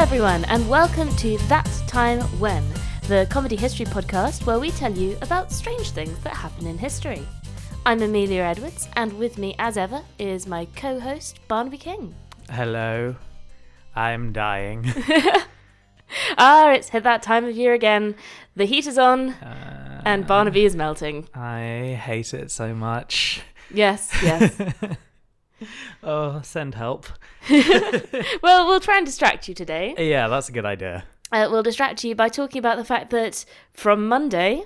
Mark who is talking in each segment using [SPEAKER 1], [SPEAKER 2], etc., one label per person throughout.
[SPEAKER 1] everyone, and welcome to That Time When, the comedy history podcast where we tell you about strange things that happen in history. I'm Amelia Edwards, and with me, as ever, is my co host, Barnaby King.
[SPEAKER 2] Hello. I'm dying.
[SPEAKER 1] Ah, it's hit that time of year again. The heat is on,
[SPEAKER 2] Uh,
[SPEAKER 1] and Barnaby is melting.
[SPEAKER 2] I hate it so much.
[SPEAKER 1] Yes, yes.
[SPEAKER 2] Oh, send help.
[SPEAKER 1] well, we'll try and distract you today.
[SPEAKER 2] Yeah, that's a good idea.
[SPEAKER 1] uh, will distract you by talking about the fact that from Monday,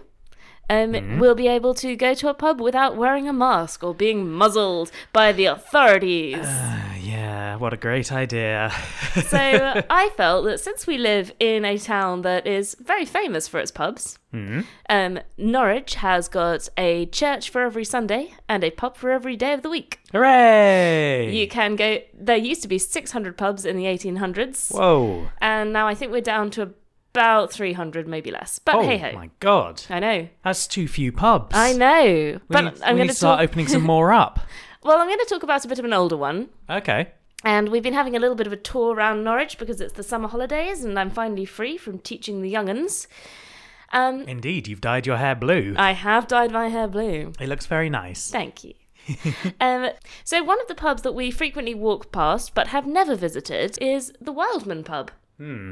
[SPEAKER 1] um,
[SPEAKER 2] Mm-hmm.
[SPEAKER 1] we'll be able to go to a pub without wearing a mask or being muzzled by the authorities.
[SPEAKER 2] Uh, yeah, what a great idea.
[SPEAKER 1] so I felt that since we live in a town that is very famous for its pubs,
[SPEAKER 2] Mm-hmm.
[SPEAKER 1] um, Norwich has got a church for every Sunday and a pub for every day of the week.
[SPEAKER 2] Hooray!
[SPEAKER 1] You can go. There used to be 600 pubs in the 1800s,
[SPEAKER 2] Whoa.
[SPEAKER 1] and now I think we're down to about 300, maybe less. But
[SPEAKER 2] Oh
[SPEAKER 1] hey ho.
[SPEAKER 2] my god.
[SPEAKER 1] I know.
[SPEAKER 2] That's too few pubs.
[SPEAKER 1] I know,
[SPEAKER 2] We
[SPEAKER 1] but
[SPEAKER 2] need,
[SPEAKER 1] I'm going
[SPEAKER 2] we need to
[SPEAKER 1] to
[SPEAKER 2] start
[SPEAKER 1] talk.
[SPEAKER 2] opening some more up.
[SPEAKER 1] well, I'm going to talk about a bit of an older one,
[SPEAKER 2] Okay.
[SPEAKER 1] and we've been having a little bit of a tour around Norwich because it's the summer holidays, and I'm finally free from teaching the younguns. Um,
[SPEAKER 2] Indeed, you've dyed your hair blue.
[SPEAKER 1] I have dyed my hair blue.
[SPEAKER 2] it looks very nice.
[SPEAKER 1] Thank you. um, so one of the pubs that we frequently walk past but have never visited is the Wildman pub.
[SPEAKER 2] Hmm.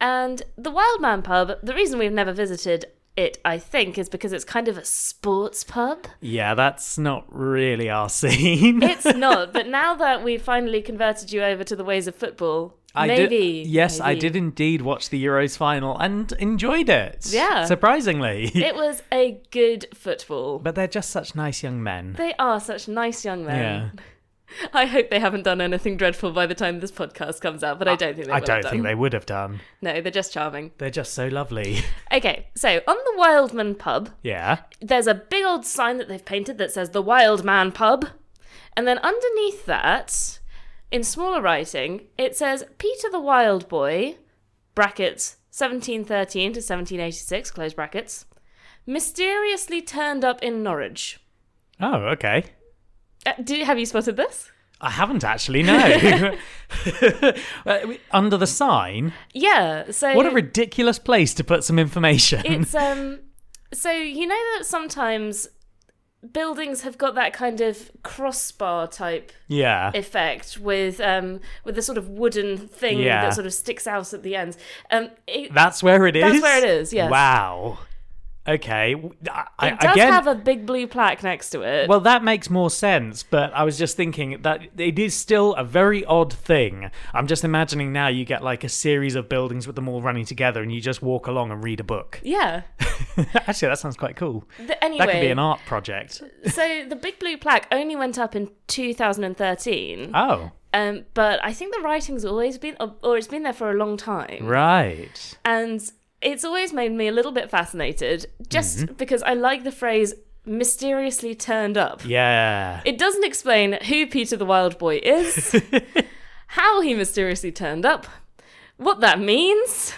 [SPEAKER 1] And the Wildman pub, the reason we've never visited it, I think, is because it's kind of a sports pub.
[SPEAKER 2] Yeah, that's not really our scene.
[SPEAKER 1] It's not, but now that we've finally converted you over to the ways of football,
[SPEAKER 2] I did-
[SPEAKER 1] maybe.
[SPEAKER 2] yes, I
[SPEAKER 1] maybe.
[SPEAKER 2] did indeed watch the Euros final and enjoyed it.
[SPEAKER 1] Yeah.
[SPEAKER 2] Surprisingly.
[SPEAKER 1] It was a good football.
[SPEAKER 2] but they're just such nice young men.
[SPEAKER 1] they are such nice young
[SPEAKER 2] yeah.
[SPEAKER 1] men. I hope they haven't done anything dreadful by the time this podcast comes out, but I don't think they
[SPEAKER 2] I
[SPEAKER 1] will
[SPEAKER 2] don't
[SPEAKER 1] have done.
[SPEAKER 2] think they would have done.
[SPEAKER 1] No, they're just charming.
[SPEAKER 2] They're just so lovely.
[SPEAKER 1] Okay, so on the Wildman pub,
[SPEAKER 2] Yeah.
[SPEAKER 1] there's a big old sign that they've painted that says the Wild Man Pub. And then underneath that, in smaller writing, it says Peter the Wild Boy, brackets, 1713 to 1786, close brackets, mysteriously turned up in Norwich.
[SPEAKER 2] Oh, okay.
[SPEAKER 1] Uh, do, have you spotted this?
[SPEAKER 2] I haven't actually, no. Uh, Under the sign.
[SPEAKER 1] Yeah, so.
[SPEAKER 2] What a ridiculous place to put some information.
[SPEAKER 1] It's, um. So, you know that sometimes buildings have got that kind of crossbar type
[SPEAKER 2] yeah.
[SPEAKER 1] effect with um with the sort of wooden thing
[SPEAKER 2] Yeah.
[SPEAKER 1] that sort of sticks out at the ends. Um, it,
[SPEAKER 2] That's where it is.
[SPEAKER 1] That's where it is, yes.
[SPEAKER 2] Wow. Okay. w- I- I-
[SPEAKER 1] it does
[SPEAKER 2] again,
[SPEAKER 1] have a big blue plaque next to it.
[SPEAKER 2] Well, that makes more sense, but I was just thinking that it is still a very odd thing. I'm just imagining now you get like a series of buildings with them all running together and you just walk along and read a book.
[SPEAKER 1] yeah.
[SPEAKER 2] Actually, that sounds quite cool.
[SPEAKER 1] The-
[SPEAKER 2] That could be
[SPEAKER 1] anyway,
[SPEAKER 2] an art project.
[SPEAKER 1] so the big blue plaque only went up in 2013,
[SPEAKER 2] Oh,
[SPEAKER 1] um, but I think the writing's always been, or, or it's been there for a long time,
[SPEAKER 2] right.
[SPEAKER 1] and it's always made me a little bit fascinated, just
[SPEAKER 2] Mm-hmm.
[SPEAKER 1] because I like the phrase "mysteriously turned up."
[SPEAKER 2] Yeah.
[SPEAKER 1] It doesn't explain who Peter the Wild Boy is, how he mysteriously turned up, what that means.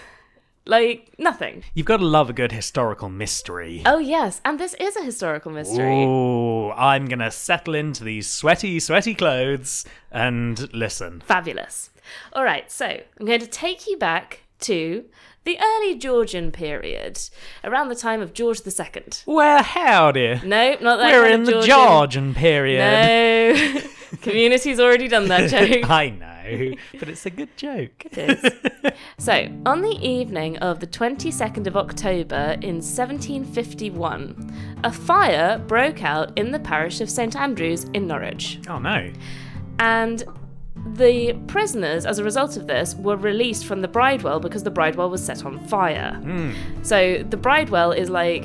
[SPEAKER 1] Like, nothing.
[SPEAKER 2] You've got to love a good historical mystery.
[SPEAKER 1] Oh, yes, and this is a historical mystery.
[SPEAKER 2] Ooh, I'm going to settle into these sweaty, sweaty clothes and listen.
[SPEAKER 1] Fabulous. All right, so I'm going to take you back to the early Georgian period, around the time of George II.
[SPEAKER 2] Well, howdy.
[SPEAKER 1] No, not that
[SPEAKER 2] We're
[SPEAKER 1] kind
[SPEAKER 2] in
[SPEAKER 1] of
[SPEAKER 2] the
[SPEAKER 1] Georgian.
[SPEAKER 2] Georgian period.
[SPEAKER 1] No. Community's already done that joke.
[SPEAKER 2] I know, but it's a good joke.
[SPEAKER 1] is. so, on the evening of the 22nd of October in 1751, a fire broke out in the parish of St Andrews in Norwich.
[SPEAKER 2] Oh no.
[SPEAKER 1] And the prisoners, as a result of this, were released from the bridewell because the bridewell was set on fire. So, the bridewell is like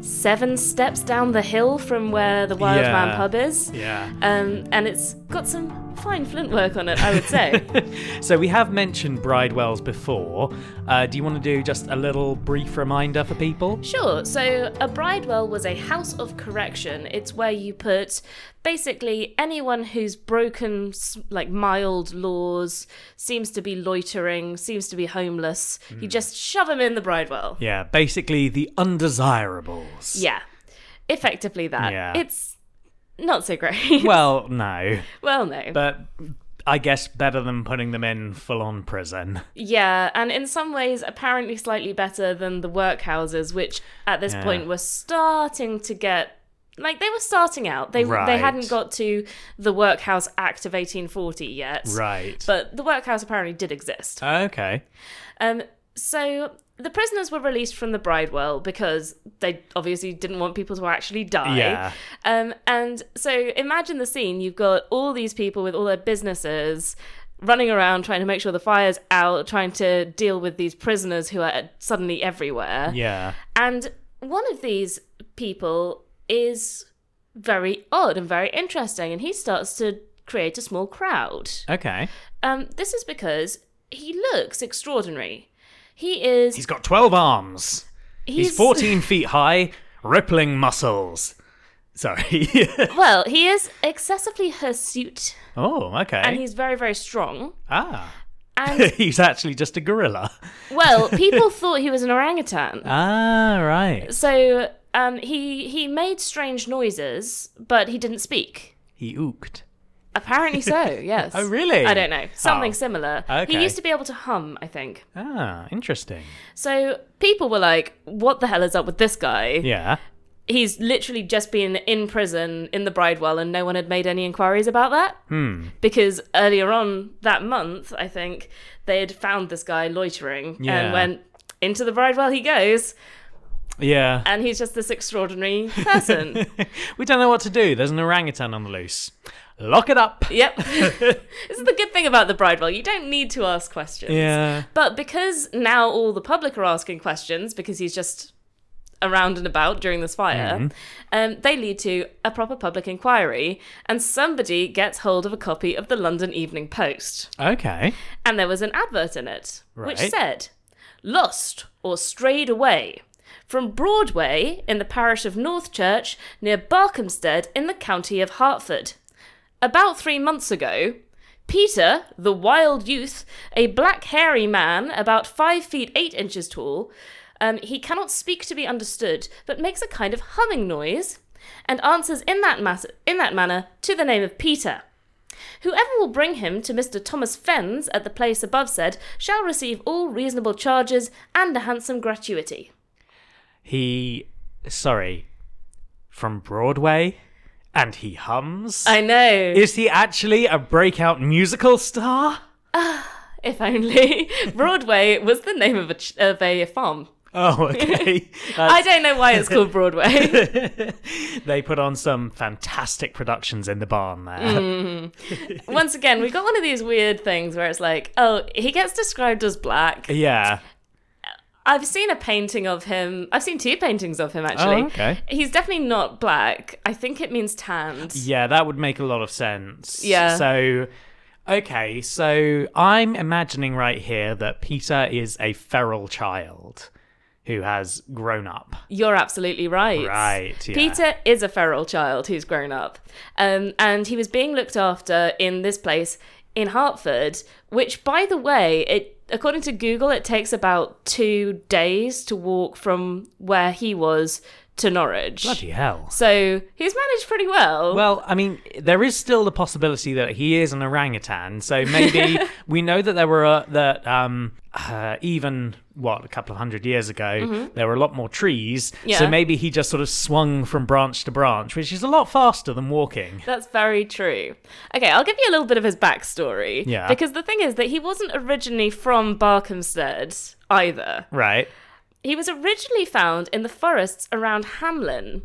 [SPEAKER 1] seven steps down the hill from where the Wild
[SPEAKER 2] Yeah.
[SPEAKER 1] Man pub is.
[SPEAKER 2] Yeah.
[SPEAKER 1] Um, and it's got some fine flint work on it, I would say.
[SPEAKER 2] So we have mentioned Bridewells before. Uh, do you want to do just a little brief reminder for people?
[SPEAKER 1] Sure. So a bridewell was a house of correction. It's where you put basically anyone who's broken s- like mild laws, seems to be loitering, seems to be homeless. You just shove them in the bridewell.
[SPEAKER 2] Yeah, basically the undesirables.
[SPEAKER 1] Yeah. Effectively that.
[SPEAKER 2] Yeah.
[SPEAKER 1] It's not so great.
[SPEAKER 2] Well, no,
[SPEAKER 1] well, no.
[SPEAKER 2] but I guess better than putting them in full on prison.
[SPEAKER 1] Yeah, and in some ways, apparently slightly better than the workhouses, which at this
[SPEAKER 2] Yeah.
[SPEAKER 1] point were starting to get like they were starting out. They they
[SPEAKER 2] Right.
[SPEAKER 1] hadn't got to the Workhouse Act of 1840 yet,
[SPEAKER 2] Right.
[SPEAKER 1] but the workhouse apparently did exist.
[SPEAKER 2] okay.
[SPEAKER 1] Um, so the prisoners were released from the Bridewell because they obviously didn't want people to actually die.
[SPEAKER 2] Yeah.
[SPEAKER 1] Um, and so imagine the scene: you've got all these people with all their businesses running around trying to make sure the fire's out, trying to deal with these prisoners who are suddenly everywhere.
[SPEAKER 2] Yeah.
[SPEAKER 1] And one of these people is very odd and very interesting, and he starts to create a small crowd.
[SPEAKER 2] Okay.
[SPEAKER 1] Um, this is because he looks extraordinary. He is.
[SPEAKER 2] He's got 12 arms. He's, 14 feet high, rippling muscles. Sorry.
[SPEAKER 1] Well, he is excessively hirsute,
[SPEAKER 2] oh, okay.
[SPEAKER 1] and he's very, very strong.
[SPEAKER 2] ah.
[SPEAKER 1] And
[SPEAKER 2] he's actually just a gorilla.
[SPEAKER 1] well, people thought he was an orangutan.
[SPEAKER 2] Ah, right.
[SPEAKER 1] So um, he he made strange noises, but he didn't speak.
[SPEAKER 2] He ooked.
[SPEAKER 1] Apparently so. Yes.
[SPEAKER 2] Oh, really?
[SPEAKER 1] I don't know. Something
[SPEAKER 2] Oh.
[SPEAKER 1] similar. He
[SPEAKER 2] Okay.
[SPEAKER 1] used to be able to hum, I think.
[SPEAKER 2] Ah, interesting.
[SPEAKER 1] So people were like, "What the hell is up with this guy?"
[SPEAKER 2] Yeah.
[SPEAKER 1] he's literally just been in prison in the Bridewell and no one had made any inquiries about that.
[SPEAKER 2] Hmm.
[SPEAKER 1] Because earlier on that month, I think, they had found this guy loitering and
[SPEAKER 2] Yeah.
[SPEAKER 1] went, into the Bridewell he goes,
[SPEAKER 2] Yeah.
[SPEAKER 1] and he's just this extraordinary person.
[SPEAKER 2] we don't know what to do. There's an orangutan on the loose. Lock it up.
[SPEAKER 1] yep. this is the good thing about the Bridewell. You don't need to ask questions.
[SPEAKER 2] Yeah.
[SPEAKER 1] But because now all the public are asking questions because he's just around and about during this fire, um, they lead to a proper public inquiry, and somebody gets hold of a copy of the London Evening Post,
[SPEAKER 2] Okay.
[SPEAKER 1] and there was an advert in it which
[SPEAKER 2] Right.
[SPEAKER 1] said, "Lost or strayed away." From Broadway in the parish of Northchurch near Barkhamstead in the county of Hertford. About three months ago, Peter, the wild youth, a black hairy man about five feet eight inches tall, um, he cannot speak to be understood, but makes a kind of humming noise, and answers in that, mas- in that manner to the name of Peter. Whoever will bring him to Mr. Thomas Fenns at the place above said shall receive all reasonable charges and a handsome gratuity.
[SPEAKER 2] He, sorry, from Broadway, and he hums.
[SPEAKER 1] I know.
[SPEAKER 2] Is he actually a breakout musical star?
[SPEAKER 1] if only Broadway was the name of a, ch- of a farm.
[SPEAKER 2] Oh, okay.
[SPEAKER 1] I don't know why it's called Broadway.
[SPEAKER 2] they put on some fantastic productions in the barn there.
[SPEAKER 1] Mm. Once again, we've got one of these weird things where it's like, oh, he gets described as black.
[SPEAKER 2] Yeah.
[SPEAKER 1] I've seen a painting of him. I've seen two paintings of him, actually.
[SPEAKER 2] Oh, okay.
[SPEAKER 1] He's definitely not black. I think it means tanned.
[SPEAKER 2] Yeah, that would make a lot of sense.
[SPEAKER 1] Yeah.
[SPEAKER 2] So, okay, so I'm imagining right here that Peter is a feral child who has grown up.
[SPEAKER 1] You're absolutely right.
[SPEAKER 2] Right, yeah.
[SPEAKER 1] Peter is a feral child who's grown up. Um, and he was being looked after in this place in Hartford, which, by the way, it according to Google, it takes about two days to walk from where he was to Norwich.
[SPEAKER 2] Bloody hell.
[SPEAKER 1] So he's managed pretty well.
[SPEAKER 2] Well, I mean, there is still the possibility that he is an orangutan. So maybe we know that there were uh, that um, uh, even what a couple of hundred years ago there were a lot more trees.
[SPEAKER 1] Mm-hmm. Yeah.
[SPEAKER 2] So maybe he just sort of swung from branch to branch, which is a lot faster than walking.
[SPEAKER 1] That's very true. Okay, I'll give you a little bit of his backstory.
[SPEAKER 2] Yeah.
[SPEAKER 1] Because the thing is that he wasn't originally from Barkhamstead either.
[SPEAKER 2] Right.
[SPEAKER 1] He was originally found in the forests around Hamlin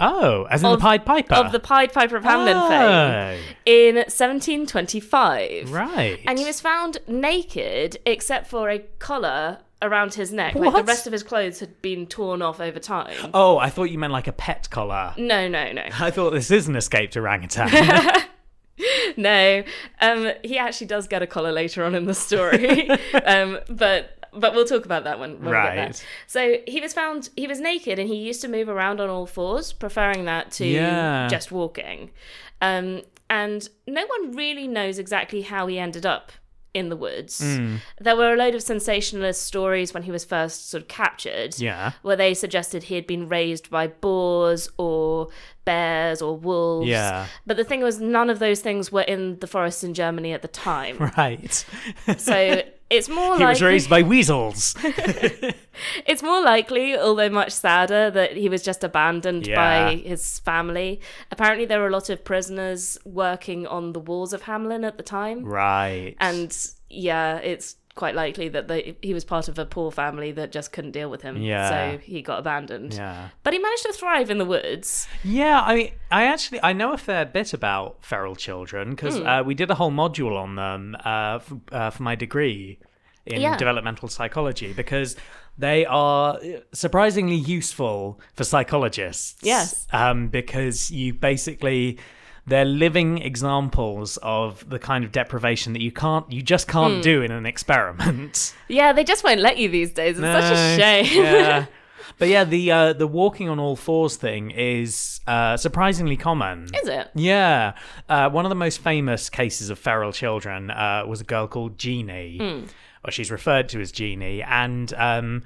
[SPEAKER 2] Oh, as in
[SPEAKER 1] Of-
[SPEAKER 2] the Pied Piper
[SPEAKER 1] of the Pied Piper of Hamlin fame
[SPEAKER 2] oh,
[SPEAKER 1] in 1725.
[SPEAKER 2] Right.
[SPEAKER 1] And he was found naked except for a collar around his neck. Like
[SPEAKER 2] What?
[SPEAKER 1] the rest of his clothes had been torn off over time.
[SPEAKER 2] Oh, I thought you meant like a pet collar.
[SPEAKER 1] No, no, no.
[SPEAKER 2] I thought this is an escaped orangutan.
[SPEAKER 1] No, um, he actually does get a collar later on in the story, um, but but we'll talk about that one when we get
[SPEAKER 2] Right.
[SPEAKER 1] there. So he was found he was naked and he used to move around on all fours, preferring that to
[SPEAKER 2] Yeah.
[SPEAKER 1] just walking. Um, and no one really knows exactly how he ended up in the woods.
[SPEAKER 2] Mm.
[SPEAKER 1] There were a load of sensationalist stories when he was first sort of captured.
[SPEAKER 2] Yeah.
[SPEAKER 1] Where they suggested he had been raised by boars or bears or wolves.
[SPEAKER 2] Yeah.
[SPEAKER 1] But the thing was, none of those things were in the forests in Germany at the time.
[SPEAKER 2] Right.
[SPEAKER 1] so it's more
[SPEAKER 2] he
[SPEAKER 1] like.
[SPEAKER 2] was raised by weasels.
[SPEAKER 1] It's more likely, although much sadder, that he was just abandoned
[SPEAKER 2] Yeah.
[SPEAKER 1] by his family. Apparently, there were a lot of prisoners working on the walls of Hamlin at the time.
[SPEAKER 2] right.
[SPEAKER 1] And yeah, it's quite likely that they, he was part of a poor family that just couldn't deal with him.
[SPEAKER 2] Yeah.
[SPEAKER 1] So he got abandoned.
[SPEAKER 2] yeah.
[SPEAKER 1] But he managed to thrive in the woods.
[SPEAKER 2] Yeah, I mean, I actually I know a fair bit about feral children because
[SPEAKER 1] Hmm.
[SPEAKER 2] uh, we did a whole module on them uh, f- uh, for my degree in
[SPEAKER 1] Yeah.
[SPEAKER 2] developmental psychology because they are uh, surprisingly useful for psychologists.
[SPEAKER 1] Yes.
[SPEAKER 2] um, because you basically they're living examples of the kind of deprivation that you can't you just can't
[SPEAKER 1] Hmm.
[SPEAKER 2] do in an experiment.
[SPEAKER 1] Yeah, they just won't let you these days. It's such a
[SPEAKER 2] No,
[SPEAKER 1] shame.
[SPEAKER 2] yeah. But yeah, the uh, the walking on all fours thing is uh, surprisingly common.
[SPEAKER 1] Is it?
[SPEAKER 2] Yeah. Uh, one of the most famous cases of feral children uh, was a girl called Jeannie, or she's referred to as Jeannie. And um,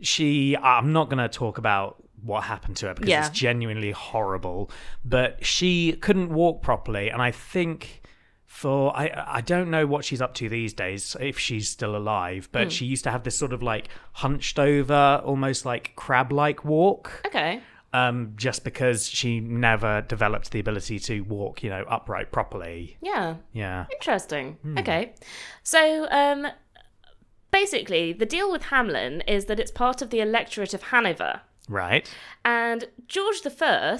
[SPEAKER 2] she, I'm not going to talk about what happened to her because
[SPEAKER 1] Yeah.
[SPEAKER 2] it's genuinely horrible, but she couldn't walk properly. And I think. For I I don't know what she's up to these days if she's still alive, but she used to have this sort of like hunched over, almost like crab like walk
[SPEAKER 1] Okay.
[SPEAKER 2] um, just because she never developed the ability to walk, you know, upright properly.
[SPEAKER 1] Yeah.
[SPEAKER 2] Yeah.
[SPEAKER 1] Interesting. Okay. So, um, basically, the deal with Hamlin is that it's part of the electorate of Hanover.
[SPEAKER 2] Right.
[SPEAKER 1] And George I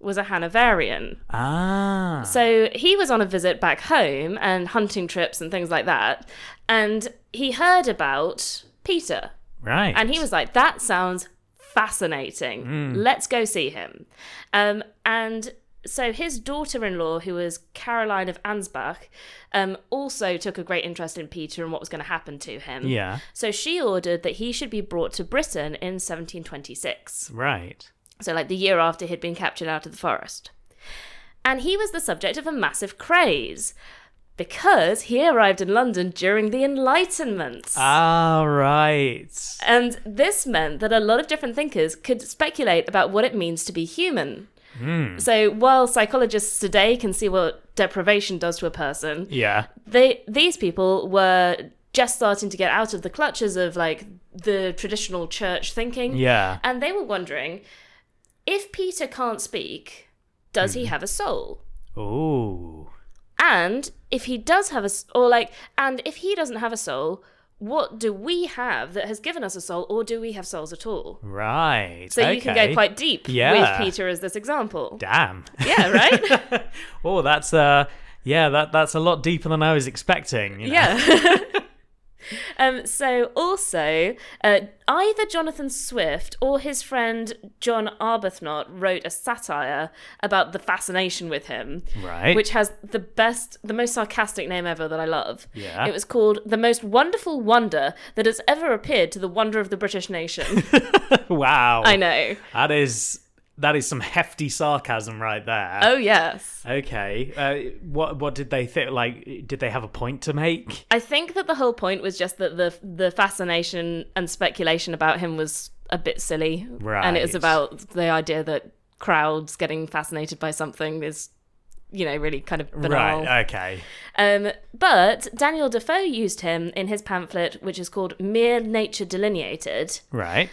[SPEAKER 1] was a Hanoverian.
[SPEAKER 2] Ah.
[SPEAKER 1] So he was on a visit back home and hunting trips and things like that. And he heard about Peter.
[SPEAKER 2] right.
[SPEAKER 1] And he was like, that sounds fascinating.
[SPEAKER 2] Mm.
[SPEAKER 1] Let's go see him. Um, and so his daughter in law, who was Caroline of Ansbach, um, also took a great interest in Peter and what was going to happen to him.
[SPEAKER 2] Yeah.
[SPEAKER 1] So she ordered that he should be brought to Britain in 1726.
[SPEAKER 2] Right.
[SPEAKER 1] So, like the year after he'd been captured out of the forest. And he was the subject of a massive craze because he arrived in London during the Enlightenment.
[SPEAKER 2] Ah, right.
[SPEAKER 1] And this meant that a lot of different thinkers could speculate about what it means to be human. So while psychologists today can see what deprivation does to a person,
[SPEAKER 2] Yeah.
[SPEAKER 1] they these people were just starting to get out of the clutches of like the traditional church thinking.
[SPEAKER 2] Yeah.
[SPEAKER 1] And they were wondering if Peter can't speak, does he have a soul?
[SPEAKER 2] Ooh.
[SPEAKER 1] And if he does have a s- or like and if he doesn't have a soul, what do we have that has given us a soul or do we have souls at all?
[SPEAKER 2] Right.
[SPEAKER 1] So you can go
[SPEAKER 2] Okay.
[SPEAKER 1] quite deep
[SPEAKER 2] Yeah.
[SPEAKER 1] with Peter as this example.
[SPEAKER 2] Damn.
[SPEAKER 1] Yeah, right?
[SPEAKER 2] oh, that's uh. Yeah, that that's a lot deeper than I was expecting. you know.
[SPEAKER 1] yeah. um, so also, uh, either Jonathan Swift or his friend John Arbuthnot wrote a satire about the fascination with him.
[SPEAKER 2] Right.
[SPEAKER 1] Which has the best, the most sarcastic name ever that I love.
[SPEAKER 2] Yeah.
[SPEAKER 1] It was called The Most Wonderful Wonder That Has Ever Appeared to the Wonder of the British Nation.
[SPEAKER 2] wow.
[SPEAKER 1] I know.
[SPEAKER 2] That is that is some hefty sarcasm right there.
[SPEAKER 1] Oh, yes.
[SPEAKER 2] Okay. Uh, what what did they think? Like, did they have a point to make?
[SPEAKER 1] I think that the whole point was just that the the fascination and speculation about him was a bit silly, and
[SPEAKER 2] Right.
[SPEAKER 1] it's about the idea that crowds getting fascinated by something is, you know, really kind of banal.
[SPEAKER 2] Right. Okay.
[SPEAKER 1] Um, but Daniel Defoe used him in his pamphlet, which is called "Mere Nature Delineated,"
[SPEAKER 2] Right.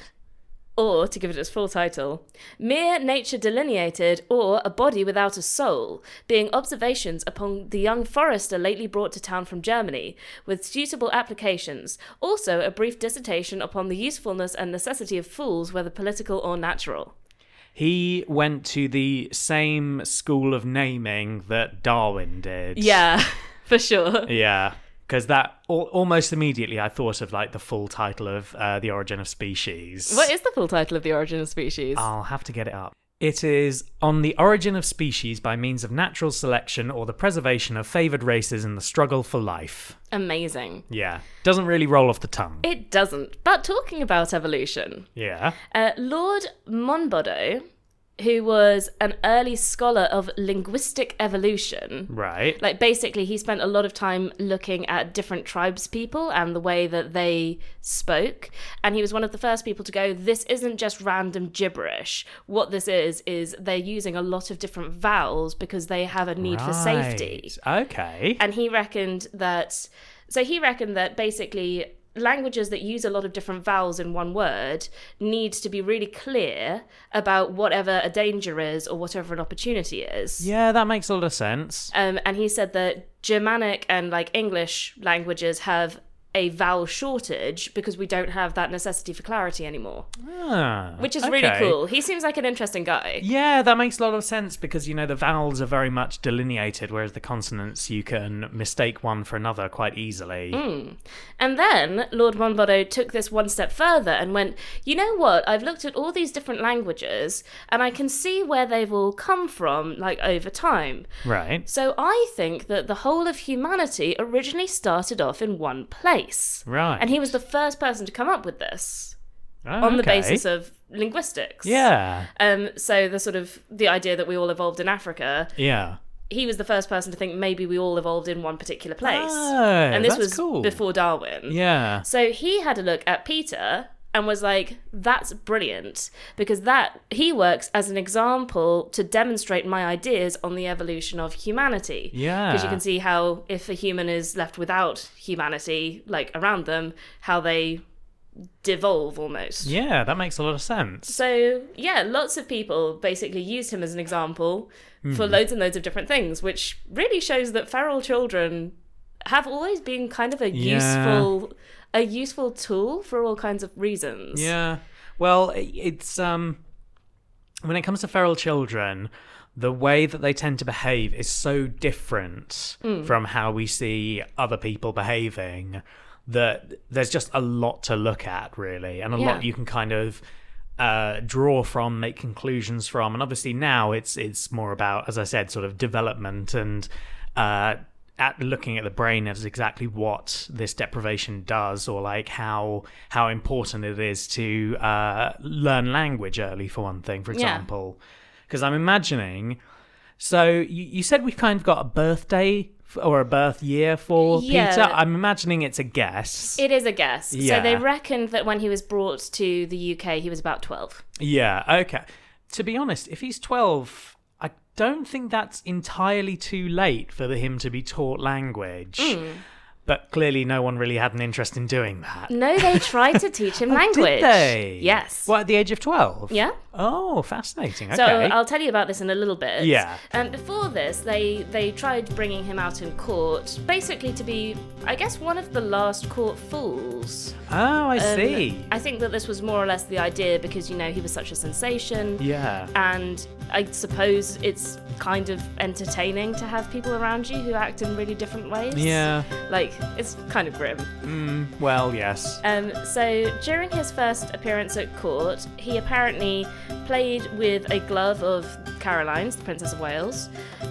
[SPEAKER 1] or to give it its full title, Mere Nature Delineated or A Body Without a Soul, being observations upon the young forester lately brought to town from Germany, with suitable applications, also a brief dissertation upon the usefulness and necessity of fools, whether political or natural.
[SPEAKER 2] He went to the same school of naming that Darwin did.
[SPEAKER 1] Yeah, for sure.
[SPEAKER 2] Yeah. Because that al- almost immediately I thought of like the full title of uh, The Origin of Species.
[SPEAKER 1] What is the full title of The Origin of Species?
[SPEAKER 2] I'll have to get it up. It is On the Origin of Species by Means of Natural Selection or the Preservation of Favoured Races in the Struggle for Life.
[SPEAKER 1] Amazing.
[SPEAKER 2] Yeah. Doesn't really roll off the tongue.
[SPEAKER 1] It doesn't. But talking about evolution,
[SPEAKER 2] Yeah.
[SPEAKER 1] Uh, Lord Monboddo who was an early scholar of linguistic evolution.
[SPEAKER 2] Right.
[SPEAKER 1] Like basically, he spent a lot of time looking at different tribes people and the way that they spoke. And he was one of the first people to go, This isn't just random gibberish. What this is, is they're using a lot of different vowels because they have a need for safety.
[SPEAKER 2] Right. Okay.
[SPEAKER 1] And he reckoned that, so he reckoned that basically languages that use a lot of different vowels in one word need to be really clear about whatever a danger is or whatever an opportunity is.
[SPEAKER 2] yeah, that makes a lot of sense.
[SPEAKER 1] Um, and he said that Germanic and like English languages have a vowel shortage because we don't have that necessity for clarity anymore,
[SPEAKER 2] Ah,
[SPEAKER 1] which is really
[SPEAKER 2] okay.
[SPEAKER 1] cool. He seems like an interesting guy.
[SPEAKER 2] Yeah, that makes a lot of sense because you know the vowels are very much delineated, whereas the consonants you can mistake one for another quite easily.
[SPEAKER 1] Mm. And then Lord Monboddo took this one step further and went, you know what? I've looked at all these different languages and I can see where they've all come from, like over time.
[SPEAKER 2] Right.
[SPEAKER 1] So I think that the whole of humanity originally started off in one place.
[SPEAKER 2] Right.
[SPEAKER 1] And he was the first person to come up with this.
[SPEAKER 2] Oh,
[SPEAKER 1] on the
[SPEAKER 2] okay.
[SPEAKER 1] basis of linguistics.
[SPEAKER 2] Yeah.
[SPEAKER 1] Um, so the sort of the idea that we all evolved in Africa,
[SPEAKER 2] Yeah.
[SPEAKER 1] he was the first person to think maybe we all evolved in one particular place.
[SPEAKER 2] Oh,
[SPEAKER 1] and this
[SPEAKER 2] that's
[SPEAKER 1] was
[SPEAKER 2] cool.
[SPEAKER 1] before Darwin.
[SPEAKER 2] Yeah.
[SPEAKER 1] So he had a look at Peter and was like, that's brilliant because that he works as an example to demonstrate my ideas on the evolution of humanity.
[SPEAKER 2] Yeah.
[SPEAKER 1] Because you can see how if a human is left without humanity, like around them, how they devolve almost.
[SPEAKER 2] Yeah, that makes a lot of sense.
[SPEAKER 1] So yeah, lots of people basically used him as an example
[SPEAKER 2] Hmm.
[SPEAKER 1] for loads and loads of different things, which really shows that feral children have always been kind of a
[SPEAKER 2] Yeah.
[SPEAKER 1] useful a useful tool for all kinds of reasons.
[SPEAKER 2] Yeah. Well, i- it's um when it comes to feral children, the way that they tend to behave is so different from how we see other people behaving that there's just a lot to look at really and a
[SPEAKER 1] Yeah.
[SPEAKER 2] lot you can kind of uh, draw from, make conclusions from, and obviously now it's it's more about, as I said, sort of development and uh, at looking at the brain as exactly what this deprivation does, or like how how important it is to uh, learn language early, for one thing, for
[SPEAKER 1] Yeah.
[SPEAKER 2] example. Because I'm imagining. So you, you said we've kind of got a birthday f- or a birth year for
[SPEAKER 1] Yeah.
[SPEAKER 2] Peter. I'm imagining it's a guess.
[SPEAKER 1] It is a guess.
[SPEAKER 2] Yeah.
[SPEAKER 1] So they reckoned that when he was brought to the UK, he was about 12.
[SPEAKER 2] Yeah, okay. To be honest, if he's 12, I don't think that's entirely too late for him to be taught language.
[SPEAKER 1] Hmm.
[SPEAKER 2] But clearly, no one really had an interest in doing that. Oh,
[SPEAKER 1] No, they tried to teach him language.
[SPEAKER 2] Did they?
[SPEAKER 1] Yes.
[SPEAKER 2] Well, at the age of 12?
[SPEAKER 1] Yeah.
[SPEAKER 2] Oh, fascinating. Okay.
[SPEAKER 1] So I'll tell you about this in a little bit.
[SPEAKER 2] Yeah.
[SPEAKER 1] And before this, they they tried bringing him out in court, basically to be, I guess, one of the last court fools.
[SPEAKER 2] oh, I
[SPEAKER 1] Um,
[SPEAKER 2] see.
[SPEAKER 1] I think that this was more or less the idea because you know he was such a sensation.
[SPEAKER 2] Yeah.
[SPEAKER 1] And I suppose it's kind of entertaining to have people around you who act in really different ways.
[SPEAKER 2] Yeah.
[SPEAKER 1] Like, it's kind of grim.
[SPEAKER 2] Mm, well, yes.
[SPEAKER 1] Um, so during his first appearance at court, he apparently played with a glove of Caroline's, the Princess of Wales.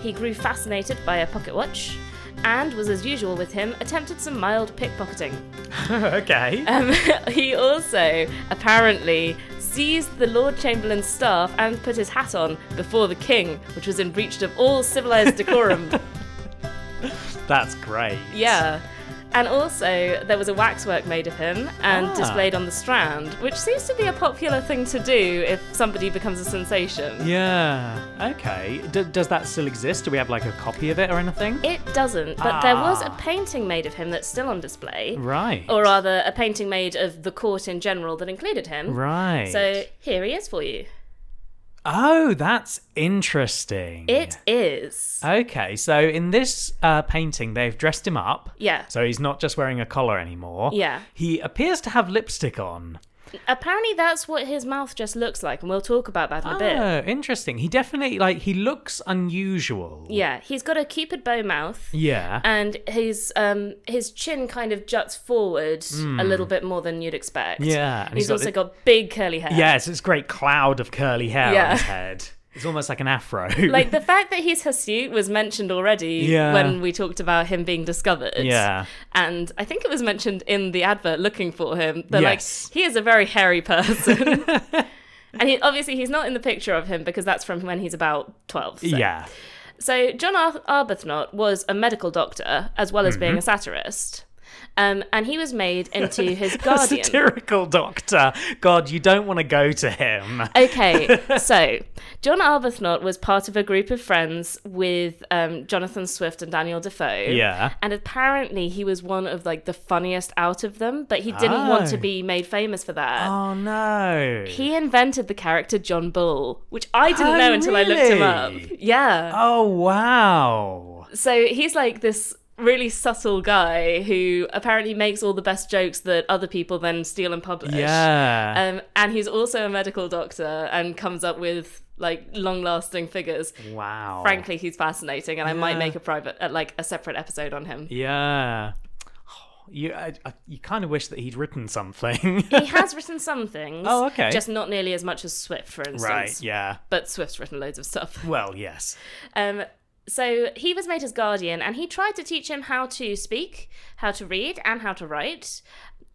[SPEAKER 1] He grew fascinated by a pocket watch, and was as usual with him, attempted some mild pickpocketing.
[SPEAKER 2] okay.
[SPEAKER 1] Um, he also apparently seized the Lord Chamberlain's staff and put his hat on before the king, which was in breach of all civilized decorum.
[SPEAKER 2] That's great.
[SPEAKER 1] Yeah. And also, there was a waxwork made of him and
[SPEAKER 2] Ah.
[SPEAKER 1] displayed on the Strand, which seems to be a popular thing to do if somebody becomes a sensation.
[SPEAKER 2] Yeah. Okay. D- does that still exist? Do we have like a copy of it or anything?
[SPEAKER 1] It doesn't, but there was a
[SPEAKER 2] Ah.
[SPEAKER 1] painting made of him that's still on display.
[SPEAKER 2] right.
[SPEAKER 1] Or rather, a painting made of the court in general that included him.
[SPEAKER 2] right.
[SPEAKER 1] So here he is for you.
[SPEAKER 2] Oh, that's interesting.
[SPEAKER 1] It is.
[SPEAKER 2] Okay, so in this uh, painting, they've dressed him up.
[SPEAKER 1] Yeah.
[SPEAKER 2] So he's not just wearing a collar anymore.
[SPEAKER 1] Yeah.
[SPEAKER 2] He appears to have lipstick on.
[SPEAKER 1] Apparently, that's what his mouth just looks like, and we'll talk about that in a bit.
[SPEAKER 2] Oh, interesting. He definitely, like, he looks unusual.
[SPEAKER 1] Yeah, Uh, he's got a cupid bow mouth.
[SPEAKER 2] Yeah.
[SPEAKER 1] and his um his chin kind of juts forward a little bit more than you'd expect.
[SPEAKER 2] Hmm. Yeah, and
[SPEAKER 1] he's,
[SPEAKER 2] he's got
[SPEAKER 1] also
[SPEAKER 2] the-
[SPEAKER 1] got big curly hair.
[SPEAKER 2] yes, it's great cloud of curly hair on
[SPEAKER 1] Yeah.
[SPEAKER 2] his head. It's almost like an afro.
[SPEAKER 1] Like the fact that he's hirsute was mentioned already
[SPEAKER 2] Yeah.
[SPEAKER 1] when we talked about him being discovered.
[SPEAKER 2] Yeah.
[SPEAKER 1] And I think it was mentioned in the advert looking for him. They're
[SPEAKER 2] Yes.
[SPEAKER 1] like, he is a very hairy person. And he, obviously, he's not in the picture of him because that's from when he's about 12. So.
[SPEAKER 2] Yeah.
[SPEAKER 1] So John Ar- Arbuthnot was a medical doctor as well as
[SPEAKER 2] Mm-hmm.
[SPEAKER 1] being a satirist. Um, and he was made into his guardian.
[SPEAKER 2] Satirical doctor. God, you don't want to go to him.
[SPEAKER 1] Uh, Okay, so John Arbuthnot was part of a group of friends with um, Jonathan Swift and Daniel Defoe.
[SPEAKER 2] Yeah.
[SPEAKER 1] And apparently he was one of like the funniest out of them, but he didn't want to
[SPEAKER 2] Oh.
[SPEAKER 1] be made famous for that.
[SPEAKER 2] Oh no.
[SPEAKER 1] He invented the character John Bull, which I didn't
[SPEAKER 2] Oh,
[SPEAKER 1] know until I looked him
[SPEAKER 2] really?
[SPEAKER 1] up. Yeah.
[SPEAKER 2] oh wow.
[SPEAKER 1] So he's like this really subtle guy who apparently makes all the best jokes that other people then steal and publish.
[SPEAKER 2] Yeah.
[SPEAKER 1] Um, and he's also a medical doctor and comes up with like long lasting figures.
[SPEAKER 2] wow.
[SPEAKER 1] Frankly, he's fascinating, and I might
[SPEAKER 2] Yeah.
[SPEAKER 1] make a private, uh, like a separate episode on him.
[SPEAKER 2] Yeah. You I, I, you kind of wish that he'd written something.
[SPEAKER 1] He has written some things.
[SPEAKER 2] Oh, okay.
[SPEAKER 1] Just not nearly as much as Swift, for instance.
[SPEAKER 2] right. Yeah.
[SPEAKER 1] But Swift's written loads of stuff.
[SPEAKER 2] Well, yes.
[SPEAKER 1] Um, so he was made his guardian, and he tried to teach him how to speak, how to read, and how to write.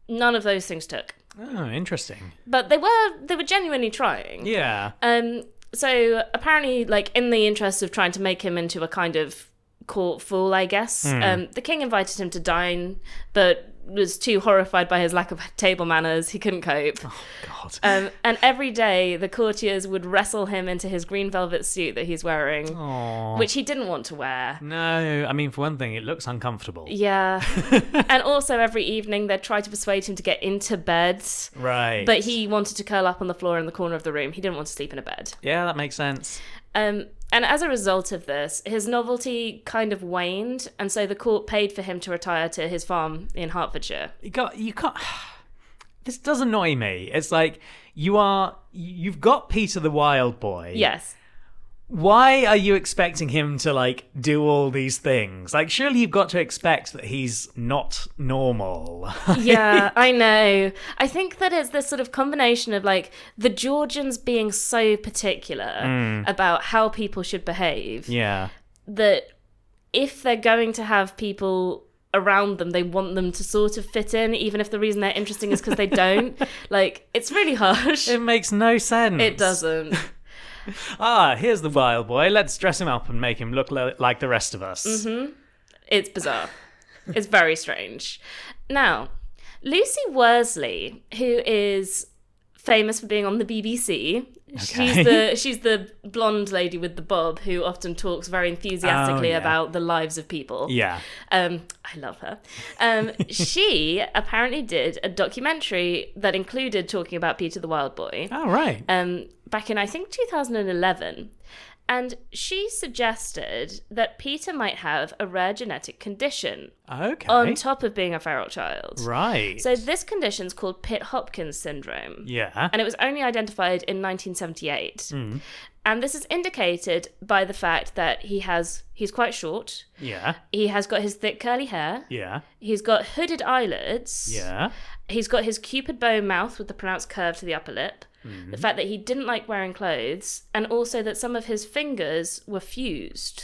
[SPEAKER 1] None of those things took,
[SPEAKER 2] Oh, interesting.
[SPEAKER 1] but they were they were genuinely trying.
[SPEAKER 2] Yeah.
[SPEAKER 1] Um, so apparently, like in the interest of trying to make him into a kind of court fool, I guess, um, the king invited him to dine, but was too horrified by his lack of table manners, he couldn't cope.
[SPEAKER 2] Oh. God.
[SPEAKER 1] Um, and every day, the courtiers would wrestle him into his green velvet suit that he's wearing,
[SPEAKER 2] Aw.
[SPEAKER 1] which he didn't want to wear.
[SPEAKER 2] no, I mean for one thing, it looks uncomfortable.
[SPEAKER 1] Yeah. and also, every evening, they'd try to persuade him to get into bed,
[SPEAKER 2] Right.
[SPEAKER 1] but he wanted to curl up on the floor in the corner of the room. He didn't want to sleep in a bed.
[SPEAKER 2] yeah, that makes sense.
[SPEAKER 1] Um, and as a result of this, his novelty kind of waned, and so the court paid for him to retire to his farm in Hertfordshire.
[SPEAKER 2] you got you can't this does annoy me it's like you are you've got peter the wild boy
[SPEAKER 1] Yes.
[SPEAKER 2] why are you expecting him to like do all these things like surely you've got to expect that he's not normal
[SPEAKER 1] Yeah, I know. I think that it's this sort of combination of like the Georgians being so particular about how people should behave
[SPEAKER 2] Mm. yeah
[SPEAKER 1] that if they're going to have people around them, they want them to sort of fit in, even if the reason they're interesting is because they don't. like, it's really harsh.
[SPEAKER 2] it makes no sense
[SPEAKER 1] It doesn't.
[SPEAKER 2] ah here's the wild boy let's dress him up and make him look lo- like the rest of us
[SPEAKER 1] Mm-hmm. It's bizarre. it's very strange. Now, Lucy Worsley, who is famous for being on the BBC,
[SPEAKER 2] Okay.
[SPEAKER 1] she's the she's the blonde lady with the bob who often talks very enthusiastically
[SPEAKER 2] Oh, yeah.
[SPEAKER 1] about the lives of people.
[SPEAKER 2] yeah
[SPEAKER 1] Um, I love her. Um, she apparently did a documentary that included talking about Peter the Wild Boy
[SPEAKER 2] all right
[SPEAKER 1] um, back in I think 2011, and she suggested that Peter might have a rare genetic condition
[SPEAKER 2] okay
[SPEAKER 1] on top of being a feral child.
[SPEAKER 2] right
[SPEAKER 1] So this condition's called Pitt-Hopkins syndrome,
[SPEAKER 2] yeah
[SPEAKER 1] and it was only identified in 1978.
[SPEAKER 2] Mm-hmm.
[SPEAKER 1] And this is indicated by the fact that he has he's quite short.
[SPEAKER 2] yeah
[SPEAKER 1] He has got his thick curly hair.
[SPEAKER 2] yeah
[SPEAKER 1] He's got hooded eyelids.
[SPEAKER 2] yeah
[SPEAKER 1] He's got his cupid bow mouth with the pronounced curve to the upper lip,
[SPEAKER 2] Mm-hmm.
[SPEAKER 1] the fact that he didn't like wearing clothes, and also that some of his fingers were fused.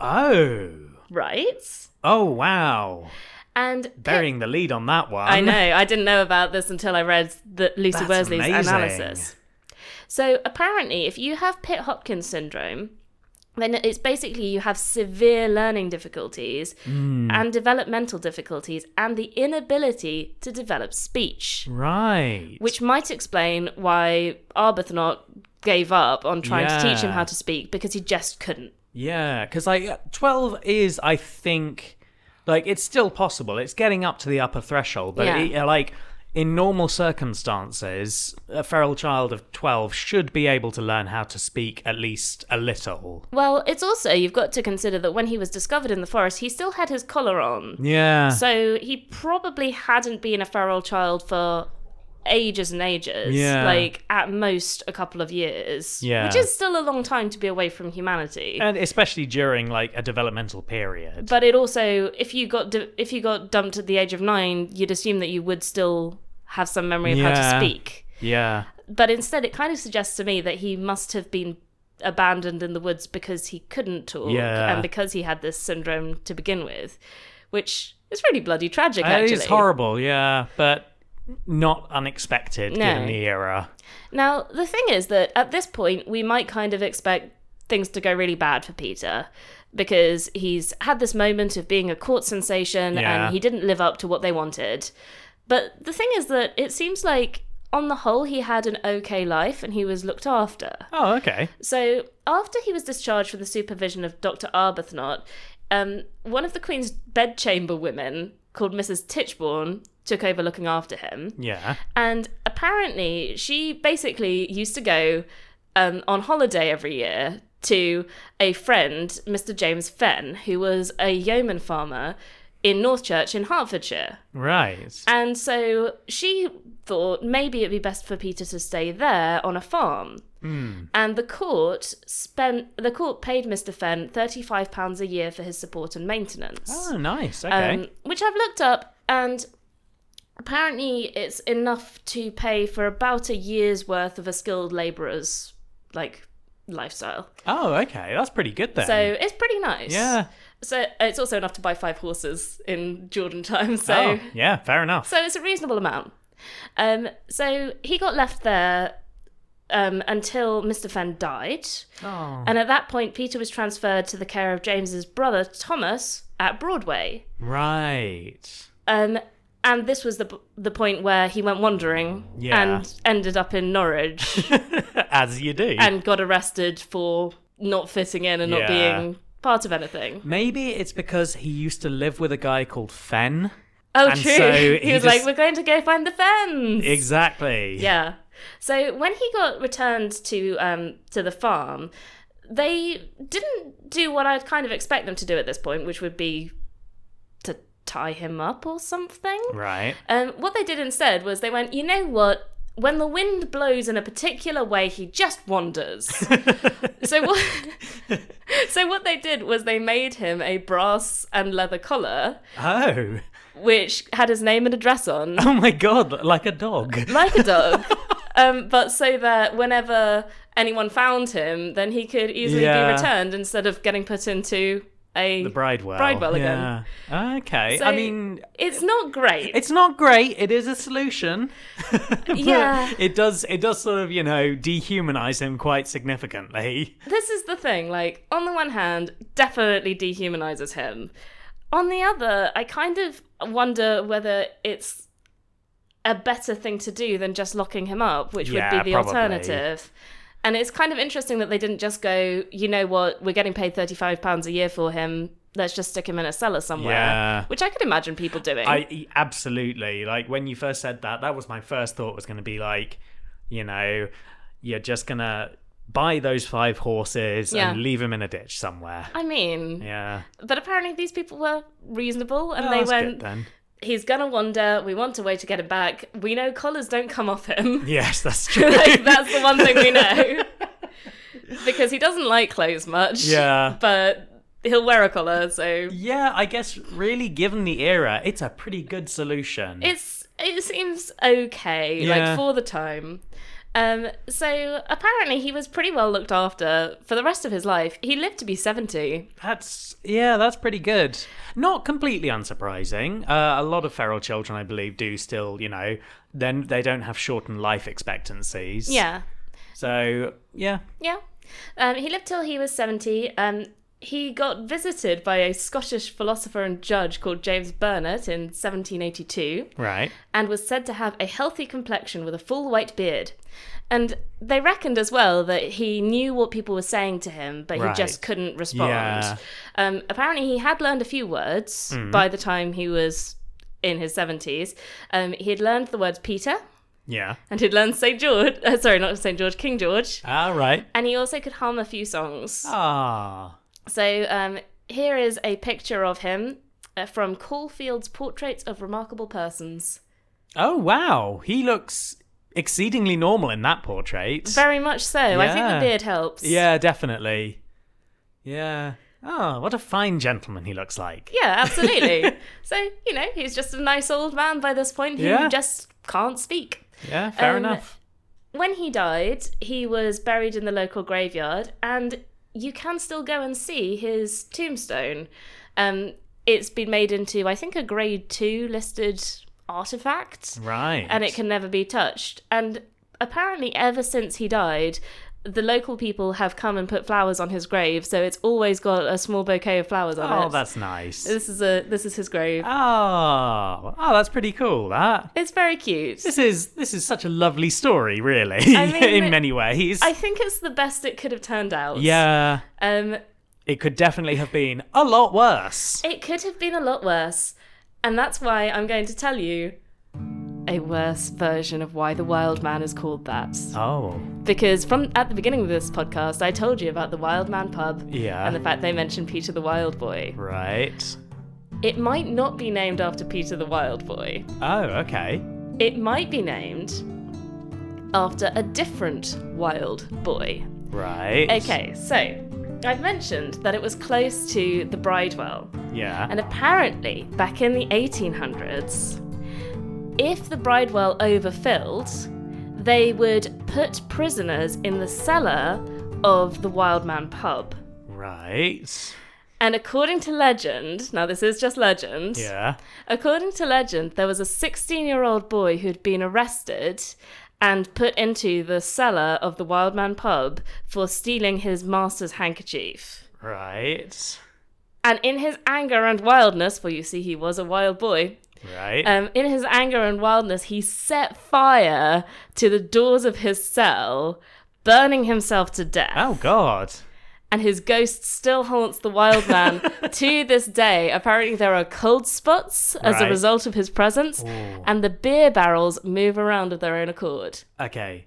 [SPEAKER 2] oh
[SPEAKER 1] Right?
[SPEAKER 2] oh wow
[SPEAKER 1] And
[SPEAKER 2] burying the lead on that one
[SPEAKER 1] I know, I didn't know about this until I read the Lucy
[SPEAKER 2] That's
[SPEAKER 1] Worsley's
[SPEAKER 2] amazing.
[SPEAKER 1] analysis. So apparently, if you have Pitt Hopkins syndrome, then it's basically you have severe learning difficulties
[SPEAKER 2] Hmm.
[SPEAKER 1] and developmental difficulties and the inability to develop speech.
[SPEAKER 2] Right.
[SPEAKER 1] which might explain why Arbuthnot gave up on trying to teach him
[SPEAKER 2] Yeah.
[SPEAKER 1] how to speak because he just couldn't.
[SPEAKER 2] Yeah, because like twelve is, I think, like it's still possible. It's getting up to the upper threshold, but
[SPEAKER 1] Yeah.
[SPEAKER 2] it- uh, like in normal circumstances, a feral child of twelve should be able to learn how to speak at least a little.
[SPEAKER 1] Well, it's also you've got to consider that when he was discovered in the forest, he still had his collar on.
[SPEAKER 2] Yeah.
[SPEAKER 1] So he probably hadn't been a feral child for ages and ages.
[SPEAKER 2] Yeah.
[SPEAKER 1] Like at most a couple of years.
[SPEAKER 2] Yeah.
[SPEAKER 1] Which is still a long time to be away from humanity.
[SPEAKER 2] and especially during like a developmental period.
[SPEAKER 1] but it also if you got d if you got dumped at the age of 9, you'd assume that you would still have some memory of how
[SPEAKER 2] Yeah.
[SPEAKER 1] to speak.
[SPEAKER 2] yeah.
[SPEAKER 1] but instead it kind of suggests to me that he must have been abandoned in the woods because he couldn't talk
[SPEAKER 2] Yeah.
[SPEAKER 1] and because he had this syndrome to begin with which is really bloody tragic
[SPEAKER 2] Uh,
[SPEAKER 1] actually
[SPEAKER 2] It is horrible, yeah. But not unexpected
[SPEAKER 1] No.
[SPEAKER 2] given the era.
[SPEAKER 1] Now, the thing is that at this point, we might kind of expect things to go really bad for Peter because he's had this moment of being a court sensation
[SPEAKER 2] Yeah.
[SPEAKER 1] and he didn't live up to what they wanted. But the thing is that it seems like, on the whole, he had an okay life and he was looked after.
[SPEAKER 2] Oh, okay.
[SPEAKER 1] So, after he was discharged from the supervision of Dr. Arbuthnot, um, one of the Queen's bedchamber women, called Mrs. Tichborne, took over looking after him.
[SPEAKER 2] Yeah.
[SPEAKER 1] And apparently, she basically used to go um, on holiday every year to a friend, Mr. James Fenn, who was a yeoman farmer in Northchurch in Hertfordshire.
[SPEAKER 2] Right.
[SPEAKER 1] And so she thought maybe it'd be best for Peter to stay there on a farm.
[SPEAKER 2] Hmm.
[SPEAKER 1] And the court spent the court paid Mr. Fenn thirty five pounds a year for his support and maintenance
[SPEAKER 2] Oh, nice. Okay.
[SPEAKER 1] um, which I've looked up, and apparently it's enough to pay for about a year's worth of a skilled labourer's like lifestyle.
[SPEAKER 2] oh, okay. That's pretty good then.
[SPEAKER 1] So it's pretty nice.
[SPEAKER 2] yeah.
[SPEAKER 1] So it's also enough to buy five horses in Jordan times. So
[SPEAKER 2] oh, yeah. Fair enough.
[SPEAKER 1] so it's a reasonable amount. Um, so he got left there. Um, until Mr. Fenn died.
[SPEAKER 2] oh,
[SPEAKER 1] And at that point, Peter was transferred to the care of James's brother, Thomas, at Broadway.
[SPEAKER 2] right.
[SPEAKER 1] Um, and this was the the point where he went wandering
[SPEAKER 2] Yeah.
[SPEAKER 1] and ended up in Norwich
[SPEAKER 2] As you do.
[SPEAKER 1] and got arrested for not fitting in and not
[SPEAKER 2] Yeah.
[SPEAKER 1] being part of anything.
[SPEAKER 2] Maybe it's because he used to live with a guy called Fen.
[SPEAKER 1] Oh,
[SPEAKER 2] And
[SPEAKER 1] true.
[SPEAKER 2] so
[SPEAKER 1] he,
[SPEAKER 2] he
[SPEAKER 1] was
[SPEAKER 2] just-
[SPEAKER 1] like, "We're going to go find the fens."
[SPEAKER 2] Exactly.
[SPEAKER 1] Yeah. So when he got returned to um to the farm, they didn't do what I'd kind of expect them to do at this point, which would be to tie him up or something.
[SPEAKER 2] Right.
[SPEAKER 1] Um, what they did instead was they went, you know what? When the wind blows in a particular way, he just wanders. so what? so what they did was they made him a brass and leather collar,
[SPEAKER 2] Oh.
[SPEAKER 1] which had his name and address on,
[SPEAKER 2] Oh my god, like a dog.
[SPEAKER 1] like a dog. Um, but so that whenever anyone found him, then he could easily
[SPEAKER 2] Yeah.
[SPEAKER 1] be returned instead of getting put into a.
[SPEAKER 2] The Bridewell.
[SPEAKER 1] Bridewell again.
[SPEAKER 2] Yeah. Okay.
[SPEAKER 1] So-
[SPEAKER 2] I mean,
[SPEAKER 1] it's not great.
[SPEAKER 2] it's not great. It is a solution. But
[SPEAKER 1] Yeah.
[SPEAKER 2] It does it does sort of, you know, dehumanize him quite significantly.
[SPEAKER 1] this is the thing like on the one hand definitely dehumanizes him on the other i kind of wonder whether it's a better thing to do than just locking him up which
[SPEAKER 2] Yeah,
[SPEAKER 1] would be the
[SPEAKER 2] probably.
[SPEAKER 1] alternative and it's kind of interesting that they didn't just go you know what we're getting paid 35 pounds a year for him let's just stick him in a cellar somewhere
[SPEAKER 2] Yeah.
[SPEAKER 1] which i could imagine people doing
[SPEAKER 2] I e, absolutely like when you first said that. That was my first thought was going to be like, you know, you're just gonna buy those five horses
[SPEAKER 1] Yeah.
[SPEAKER 2] and leave them in a ditch somewhere.
[SPEAKER 1] I mean
[SPEAKER 2] Yeah,
[SPEAKER 1] but apparently these people were reasonable and
[SPEAKER 2] Oh,
[SPEAKER 1] they
[SPEAKER 2] that's
[SPEAKER 1] went
[SPEAKER 2] good then.
[SPEAKER 1] he's gonna wander. We want a way to get him back. We know collars don't come off him.
[SPEAKER 2] Yes, that's true.
[SPEAKER 1] like that's the one thing we know because he doesn't like clothes much.
[SPEAKER 2] Yeah.
[SPEAKER 1] but he'll wear a collar, so
[SPEAKER 2] yeah, I guess really, given the era, it's a pretty good solution.
[SPEAKER 1] it's it seems okay,
[SPEAKER 2] Yeah.
[SPEAKER 1] like for the time. Um, so apparently he was pretty well looked after for the rest of his life. He lived to be seventy.
[SPEAKER 2] That's yeah, that's pretty good. Not completely unsurprising. Uh, a lot of feral children, I believe, do still, you know, then they don't have shortened life expectancies.
[SPEAKER 1] Yeah,
[SPEAKER 2] So yeah,
[SPEAKER 1] Yeah. Um, he lived till he was 70. Um, he got visited by a Scottish philosopher and judge called James Burnet in 1782
[SPEAKER 2] right.
[SPEAKER 1] and was said to have a healthy complexion with a full white beard. And they reckoned as well that he knew what people were saying to him, but
[SPEAKER 2] Right.
[SPEAKER 1] he just couldn't respond.
[SPEAKER 2] Yeah. Mm.
[SPEAKER 1] Um, apparently, he had learned a few words by the time he was in his 70s. Um, he had learned the words Peter
[SPEAKER 2] Yeah.
[SPEAKER 1] and he'd learned St. George. Uh, sorry, not St. George, King George.
[SPEAKER 2] All right.
[SPEAKER 1] And he also could hum a few songs.
[SPEAKER 2] Ah.
[SPEAKER 1] So um, here is a picture of him uh, from Caulfield's Portraits of Remarkable Persons.
[SPEAKER 2] Oh wow, he looks exceedingly normal in that portrait.
[SPEAKER 1] Very much so. I think
[SPEAKER 2] Yeah.
[SPEAKER 1] the beard helps.
[SPEAKER 2] yeah, definitely. Yeah. Oh, what a fine gentleman he looks like.
[SPEAKER 1] Yeah, absolutely. so, you know, he's just a nice old man by this point who
[SPEAKER 2] Yeah.
[SPEAKER 1] just can't speak.
[SPEAKER 2] Yeah, fair
[SPEAKER 1] Um,
[SPEAKER 2] enough.
[SPEAKER 1] When he died, he was buried in the local graveyard, and you can still go and see his tombstone. Um, it's been made into, I think, a grade two listed artifact
[SPEAKER 2] Right.
[SPEAKER 1] and it can never be touched. And apparently, ever since he died, the local people have come and put flowers on his grave, so it's always got a small bouquet of flowers on it.
[SPEAKER 2] Oh, that's Uh, nice.
[SPEAKER 1] This is a this is his grave.
[SPEAKER 2] Oh, oh, that's pretty cool. That
[SPEAKER 1] It's very cute.
[SPEAKER 2] this is this is such a lovely story, really,
[SPEAKER 1] I mean,
[SPEAKER 2] in many ways.
[SPEAKER 1] I think it's the best it could have turned out.
[SPEAKER 2] yeah,
[SPEAKER 1] Um,
[SPEAKER 2] it could definitely have been a lot worse.
[SPEAKER 1] it could have been a lot worse, and that's why I'm going to tell you a worse version of why the wild man is called that.
[SPEAKER 2] Oh,
[SPEAKER 1] Because from at the beginning of this podcast, I told you about the Wild Man pub
[SPEAKER 2] Yeah.
[SPEAKER 1] and the fact they mentioned Peter the Wild Boy.
[SPEAKER 2] right.
[SPEAKER 1] It might not be named after Peter the Wild Boy.
[SPEAKER 2] Oh, okay.
[SPEAKER 1] It might be named after a different wild boy.
[SPEAKER 2] Right.
[SPEAKER 1] Okay, so I've mentioned that it was close to the Bridewell,
[SPEAKER 2] Yeah.
[SPEAKER 1] and apparently, back in the 1800s, if the Bridewell overfilled, they would put prisoners in the cellar of the Wild Man pub.
[SPEAKER 2] right.
[SPEAKER 1] And according to legend, now this is just legend,
[SPEAKER 2] Yeah.
[SPEAKER 1] According to legend, there was a 16 year old boy who'd been arrested and put into the cellar of the Wildman pub for stealing his master's handkerchief.
[SPEAKER 2] Right.
[SPEAKER 1] And in his anger and wildness, for you see, he was a wild boy.
[SPEAKER 2] Right.
[SPEAKER 1] Um, in his anger and wildness, he set fire to the doors of his cell, burning himself to death.
[SPEAKER 2] oh God.
[SPEAKER 1] And his ghost still haunts the wild man to this day. Apparently, there are cold spots as a
[SPEAKER 2] Right.
[SPEAKER 1] result of his presence, and the beer barrels move around of their own accord.
[SPEAKER 2] Okay.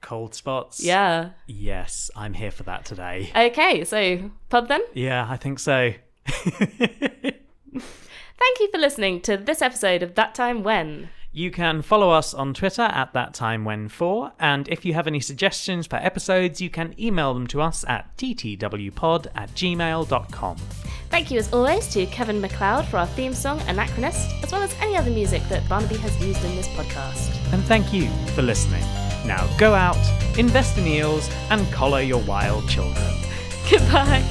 [SPEAKER 2] Cold spots.
[SPEAKER 1] Yeah.
[SPEAKER 2] Yes, I'm here for that today.
[SPEAKER 1] Okay, so pub then.
[SPEAKER 2] Yeah, I think so.
[SPEAKER 1] Thank you for listening to this episode of That Time When.
[SPEAKER 2] You can follow us on Twitter at that time when four, and if you have any suggestions for episodes, you can email them to us at ttwpod at gmail.com.
[SPEAKER 1] Thank you, as always, to Kevin McLeod for our theme song, Anachronist, as well as any other music that Barnaby has used in this podcast.
[SPEAKER 2] And thank you for listening. Now go out, invest in eels, and collar your wild children.
[SPEAKER 1] Goodbye.